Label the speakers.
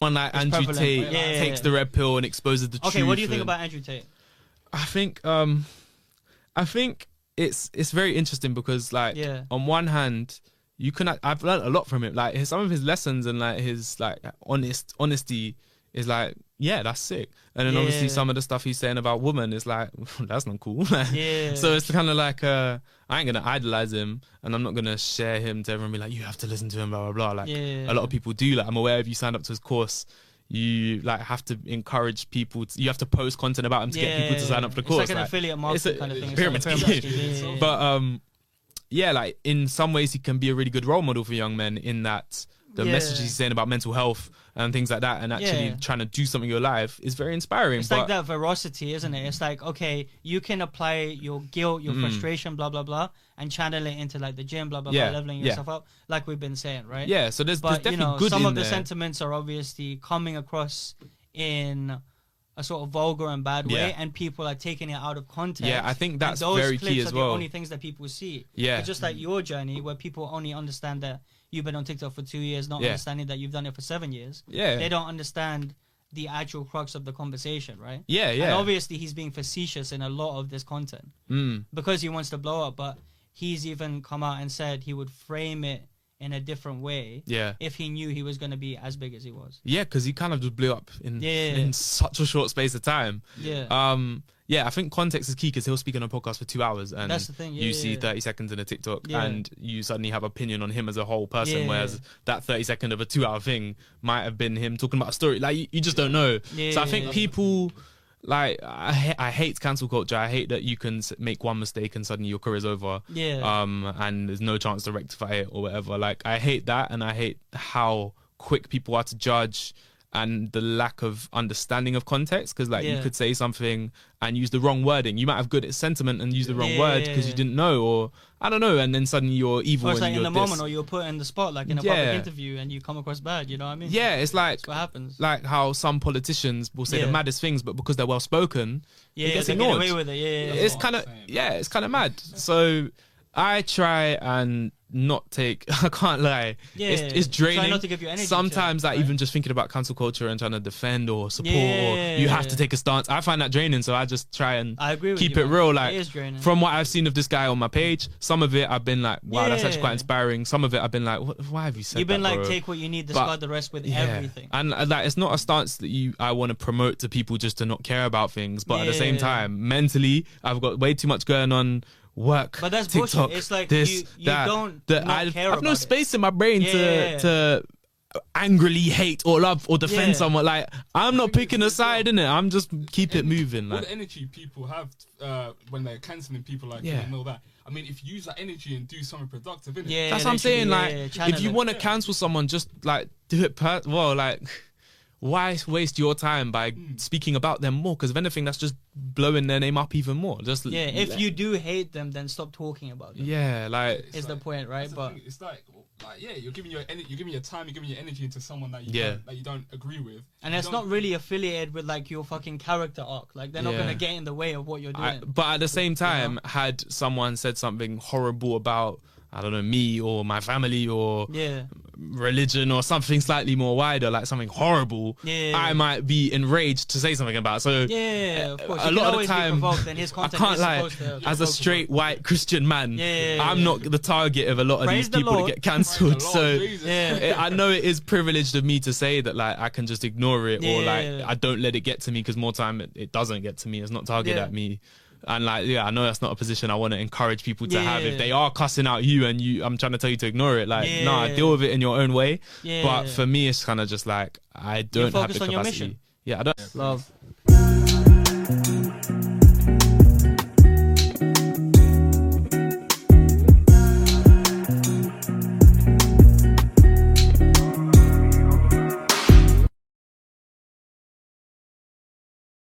Speaker 1: one like Andrew
Speaker 2: prevalent,
Speaker 1: Tate
Speaker 2: but yeah,
Speaker 1: takes
Speaker 2: yeah, yeah.
Speaker 1: the red pill and exposes the truth.
Speaker 2: Okay, what do you think
Speaker 1: and-
Speaker 2: about Andrew Tate?
Speaker 1: I think um I think it's it's very interesting because like
Speaker 2: Yeah.
Speaker 1: on one hand you can act- I've learned a lot from him like his, some of his lessons and like his like honest honesty is like yeah that's sick and then obviously
Speaker 2: Yeah.
Speaker 1: some of the stuff he's saying about women is like that's not cool Like,
Speaker 2: Yeah.
Speaker 1: so it's kind of like uh I ain't gonna idolize him and I'm not gonna share him to everyone and be like you have to listen to him blah blah blah like
Speaker 2: Yeah.
Speaker 1: a lot of people do like I'm aware if you signed up to his course you like have to encourage people to, you have to post content about him to get people to sign up for the
Speaker 2: it's
Speaker 1: course.
Speaker 2: like an affiliate
Speaker 1: it's
Speaker 2: marketing
Speaker 1: a-
Speaker 2: kind of thing. It's
Speaker 1: pyramid
Speaker 2: like a
Speaker 1: scheme.
Speaker 2: pyramid scheme, yeah, yeah,
Speaker 1: But um, yeah, like in some ways, he can be a really good role model for young men in that the
Speaker 2: Yeah.
Speaker 1: messages he's saying about mental health and things like that, and actually
Speaker 2: Yeah.
Speaker 1: trying to do something in your life is very inspiring.
Speaker 2: It's
Speaker 1: but
Speaker 2: like that veracity, isn't it? It's like okay, you can apply your guilt,
Speaker 1: Mm.
Speaker 2: your frustration, blah blah blah, and channel it into like the gym, blah blah
Speaker 1: Yeah,
Speaker 2: blah, leveling
Speaker 1: yeah.
Speaker 2: yourself up, like we've been saying, right?
Speaker 1: yeah, so there's,
Speaker 2: But
Speaker 1: there's
Speaker 2: you
Speaker 1: definitely
Speaker 2: know,
Speaker 1: good
Speaker 2: some
Speaker 1: in
Speaker 2: of the
Speaker 1: there.
Speaker 2: sentiments are obviously coming across in a sort of vulgar and bad way,
Speaker 1: Yeah.
Speaker 2: and people are taking it out of context.
Speaker 1: Yeah, I think
Speaker 2: and
Speaker 1: that's
Speaker 2: those
Speaker 1: very key
Speaker 2: clips
Speaker 1: as
Speaker 2: are
Speaker 1: well.
Speaker 2: The only things that people see.
Speaker 1: Yeah.
Speaker 2: It's just like your journey, where people only understand that you've been on TikTok for two years, not
Speaker 1: Yeah.
Speaker 2: understanding that you've done it for seven years.
Speaker 1: Yeah.
Speaker 2: they don't understand the actual crux of the conversation, right?
Speaker 1: Yeah,
Speaker 2: And
Speaker 1: yeah.
Speaker 2: obviously, he's being facetious in a lot of this content mm. because he wants to blow up. But he's even come out and said he would frame it in a different way
Speaker 1: Yeah.
Speaker 2: if he knew he was going to be as big as he was.
Speaker 1: Yeah, because he kind of just blew up in
Speaker 2: Yeah.
Speaker 1: in such a short space of time.
Speaker 2: Yeah.
Speaker 1: Um. Yeah, I think context is key because he'll speak on a podcast for two hours, and
Speaker 2: That's the thing,
Speaker 1: you
Speaker 2: yeah,
Speaker 1: see
Speaker 2: yeah.
Speaker 1: thirty seconds in a TikTok,
Speaker 2: Yeah.
Speaker 1: and you suddenly have opinion on him as a whole person.
Speaker 2: Yeah.
Speaker 1: Whereas that thirty second of a two hour thing might have been him talking about a story. Like you, you just don't know.
Speaker 2: Yeah,
Speaker 1: so I
Speaker 2: yeah,
Speaker 1: think
Speaker 2: yeah.
Speaker 1: people. Like I, ha- I hate cancel culture. I hate that you can s- make one mistake and suddenly your career's over.
Speaker 2: Yeah.
Speaker 1: Um, and there's no chance to rectify it or whatever. Like I hate that, and I hate how quick people are to judge and the lack of understanding of context. Because like you
Speaker 2: Yeah.
Speaker 1: could say something and use the wrong wording. You might have good sentiment and use the wrong
Speaker 2: Yeah,
Speaker 1: word
Speaker 2: yeah,
Speaker 1: because you
Speaker 2: yeah.
Speaker 1: didn't know, or I don't know, and then suddenly you're evil
Speaker 2: Or it's
Speaker 1: and
Speaker 2: like in
Speaker 1: you're
Speaker 2: the
Speaker 1: this.
Speaker 2: moment, or you're put in the spot, like in a
Speaker 1: Yeah.
Speaker 2: public interview, and you come across bad. You know what I mean?
Speaker 1: yeah, it's like
Speaker 2: That's what happens.
Speaker 1: like how some politicians will say the
Speaker 2: Yeah.
Speaker 1: maddest things, but because they're well spoken,
Speaker 2: yeah,
Speaker 1: it gets
Speaker 2: they get
Speaker 1: ignored.
Speaker 2: away with it. Yeah, yeah, yeah.
Speaker 1: it's kind of yeah, it's kind of mad. So I try and not take. I can't lie.
Speaker 2: Yeah,
Speaker 1: it's,
Speaker 2: yeah, yeah.
Speaker 1: it's draining.
Speaker 2: Try not to give your energy to it,
Speaker 1: Sometimes, like
Speaker 2: right?
Speaker 1: even just thinking about cancel culture and trying to defend or support,
Speaker 2: Yeah,
Speaker 1: or you have
Speaker 2: yeah.
Speaker 1: to take a stance. I find that draining, so I just try and
Speaker 2: I agree with
Speaker 1: keep
Speaker 2: you,
Speaker 1: it
Speaker 2: man.
Speaker 1: real.
Speaker 2: It
Speaker 1: Like
Speaker 2: is draining.
Speaker 1: from what I've seen of this guy on my page, some of it I've been like, wow, that's actually quite
Speaker 2: Yeah.
Speaker 1: inspiring. Some of it I've been like, what, why have you said?
Speaker 2: You've been
Speaker 1: that,
Speaker 2: like,
Speaker 1: bro?
Speaker 2: take what you need,
Speaker 1: But-
Speaker 2: discard the rest with everything.
Speaker 1: And uh, like, it's not a stance that you I want to promote to people just to not care about things. But at the same
Speaker 2: Yeah.
Speaker 1: time, mentally, I've got way too much going on. Work,
Speaker 2: But that's bullshit.
Speaker 1: TikTok,
Speaker 2: It's like
Speaker 1: this,
Speaker 2: you- you
Speaker 1: that,
Speaker 2: don't
Speaker 1: that.
Speaker 2: not
Speaker 1: I've,
Speaker 2: care
Speaker 1: I've no
Speaker 2: about it.
Speaker 1: space in my brain
Speaker 2: Yeah.
Speaker 1: to to angrily hate or love or defend
Speaker 2: Yeah.
Speaker 1: someone. Like I'm not picking a side in it. I'm just keep it
Speaker 3: And
Speaker 1: moving.
Speaker 3: All
Speaker 1: Like
Speaker 3: the energy people have uh, when they're cancelling people like
Speaker 1: Yeah.
Speaker 3: you and all that. I mean, if you use that energy and do something productive, innit?
Speaker 2: Yeah,
Speaker 1: that's what I'm saying.
Speaker 2: literally, yeah, yeah,
Speaker 1: like,
Speaker 2: channel
Speaker 1: if you
Speaker 2: it.
Speaker 1: want to cancel someone, just like do it. Per- well, like, why waste your time by
Speaker 2: Hmm.
Speaker 1: speaking about them more? Because if anything, that's just blowing their name up even more. Just
Speaker 2: yeah, if you do hate them, then stop talking about them.
Speaker 1: yeah, like
Speaker 2: is the point, right?
Speaker 3: That's the
Speaker 2: But
Speaker 3: thing, it's like, oh, like yeah, you're giving your ener- you're giving your time, you're giving your energy into someone that you
Speaker 1: Yeah.
Speaker 3: don't, that you don't agree with,
Speaker 2: and
Speaker 3: You
Speaker 2: it's
Speaker 3: don't-
Speaker 2: not really affiliated with like your fucking character arc. Like they're not
Speaker 1: Yeah.
Speaker 2: gonna get in the way of what you're doing.
Speaker 1: I, but at the same time, had someone said something horrible about I don't know me or my family or
Speaker 2: yeah,
Speaker 1: religion or something slightly more wider, like something horrible,
Speaker 2: Yeah.
Speaker 1: I might be enraged to say something about. it. So
Speaker 2: yeah, of course.
Speaker 1: a
Speaker 2: you
Speaker 1: lot of
Speaker 2: can
Speaker 1: the
Speaker 2: always be
Speaker 1: time,
Speaker 2: provoked, and his
Speaker 1: I
Speaker 2: content
Speaker 1: can't
Speaker 2: is
Speaker 1: lie.
Speaker 2: supposed to
Speaker 1: As a
Speaker 2: provoke
Speaker 1: straight white Christian man,
Speaker 2: Yeah, yeah, yeah,
Speaker 1: I'm
Speaker 2: yeah.
Speaker 1: not the target of a lot of
Speaker 2: Praise
Speaker 1: these
Speaker 2: the
Speaker 1: people that
Speaker 2: Lord.
Speaker 1: get
Speaker 3: Praise
Speaker 1: cancelled.
Speaker 3: the Lord,
Speaker 1: So
Speaker 3: Jesus.
Speaker 2: Yeah.
Speaker 1: it- I know it is privileged of me to say that, like I can just ignore it or
Speaker 2: Yeah,
Speaker 1: like
Speaker 2: yeah, yeah.
Speaker 1: I don't let it get to me because more time it, it doesn't get to me. It's not targeted
Speaker 2: Yeah.
Speaker 1: at me. And like, yeah, I know that's not a position I want to encourage people to
Speaker 2: Yeah,
Speaker 1: have.
Speaker 2: yeah,
Speaker 1: If
Speaker 2: yeah.
Speaker 1: they are cussing out you and you, I'm trying to tell you to ignore it. Like,
Speaker 2: Yeah,
Speaker 1: nah,
Speaker 2: yeah, yeah.
Speaker 1: deal with it in your own way.
Speaker 2: Yeah,
Speaker 1: but
Speaker 2: yeah.
Speaker 1: for me, it's kind of just like I don't have
Speaker 2: focused
Speaker 1: the
Speaker 2: on your
Speaker 1: capacity.
Speaker 2: mission.
Speaker 1: Yeah, I don't.
Speaker 2: Love.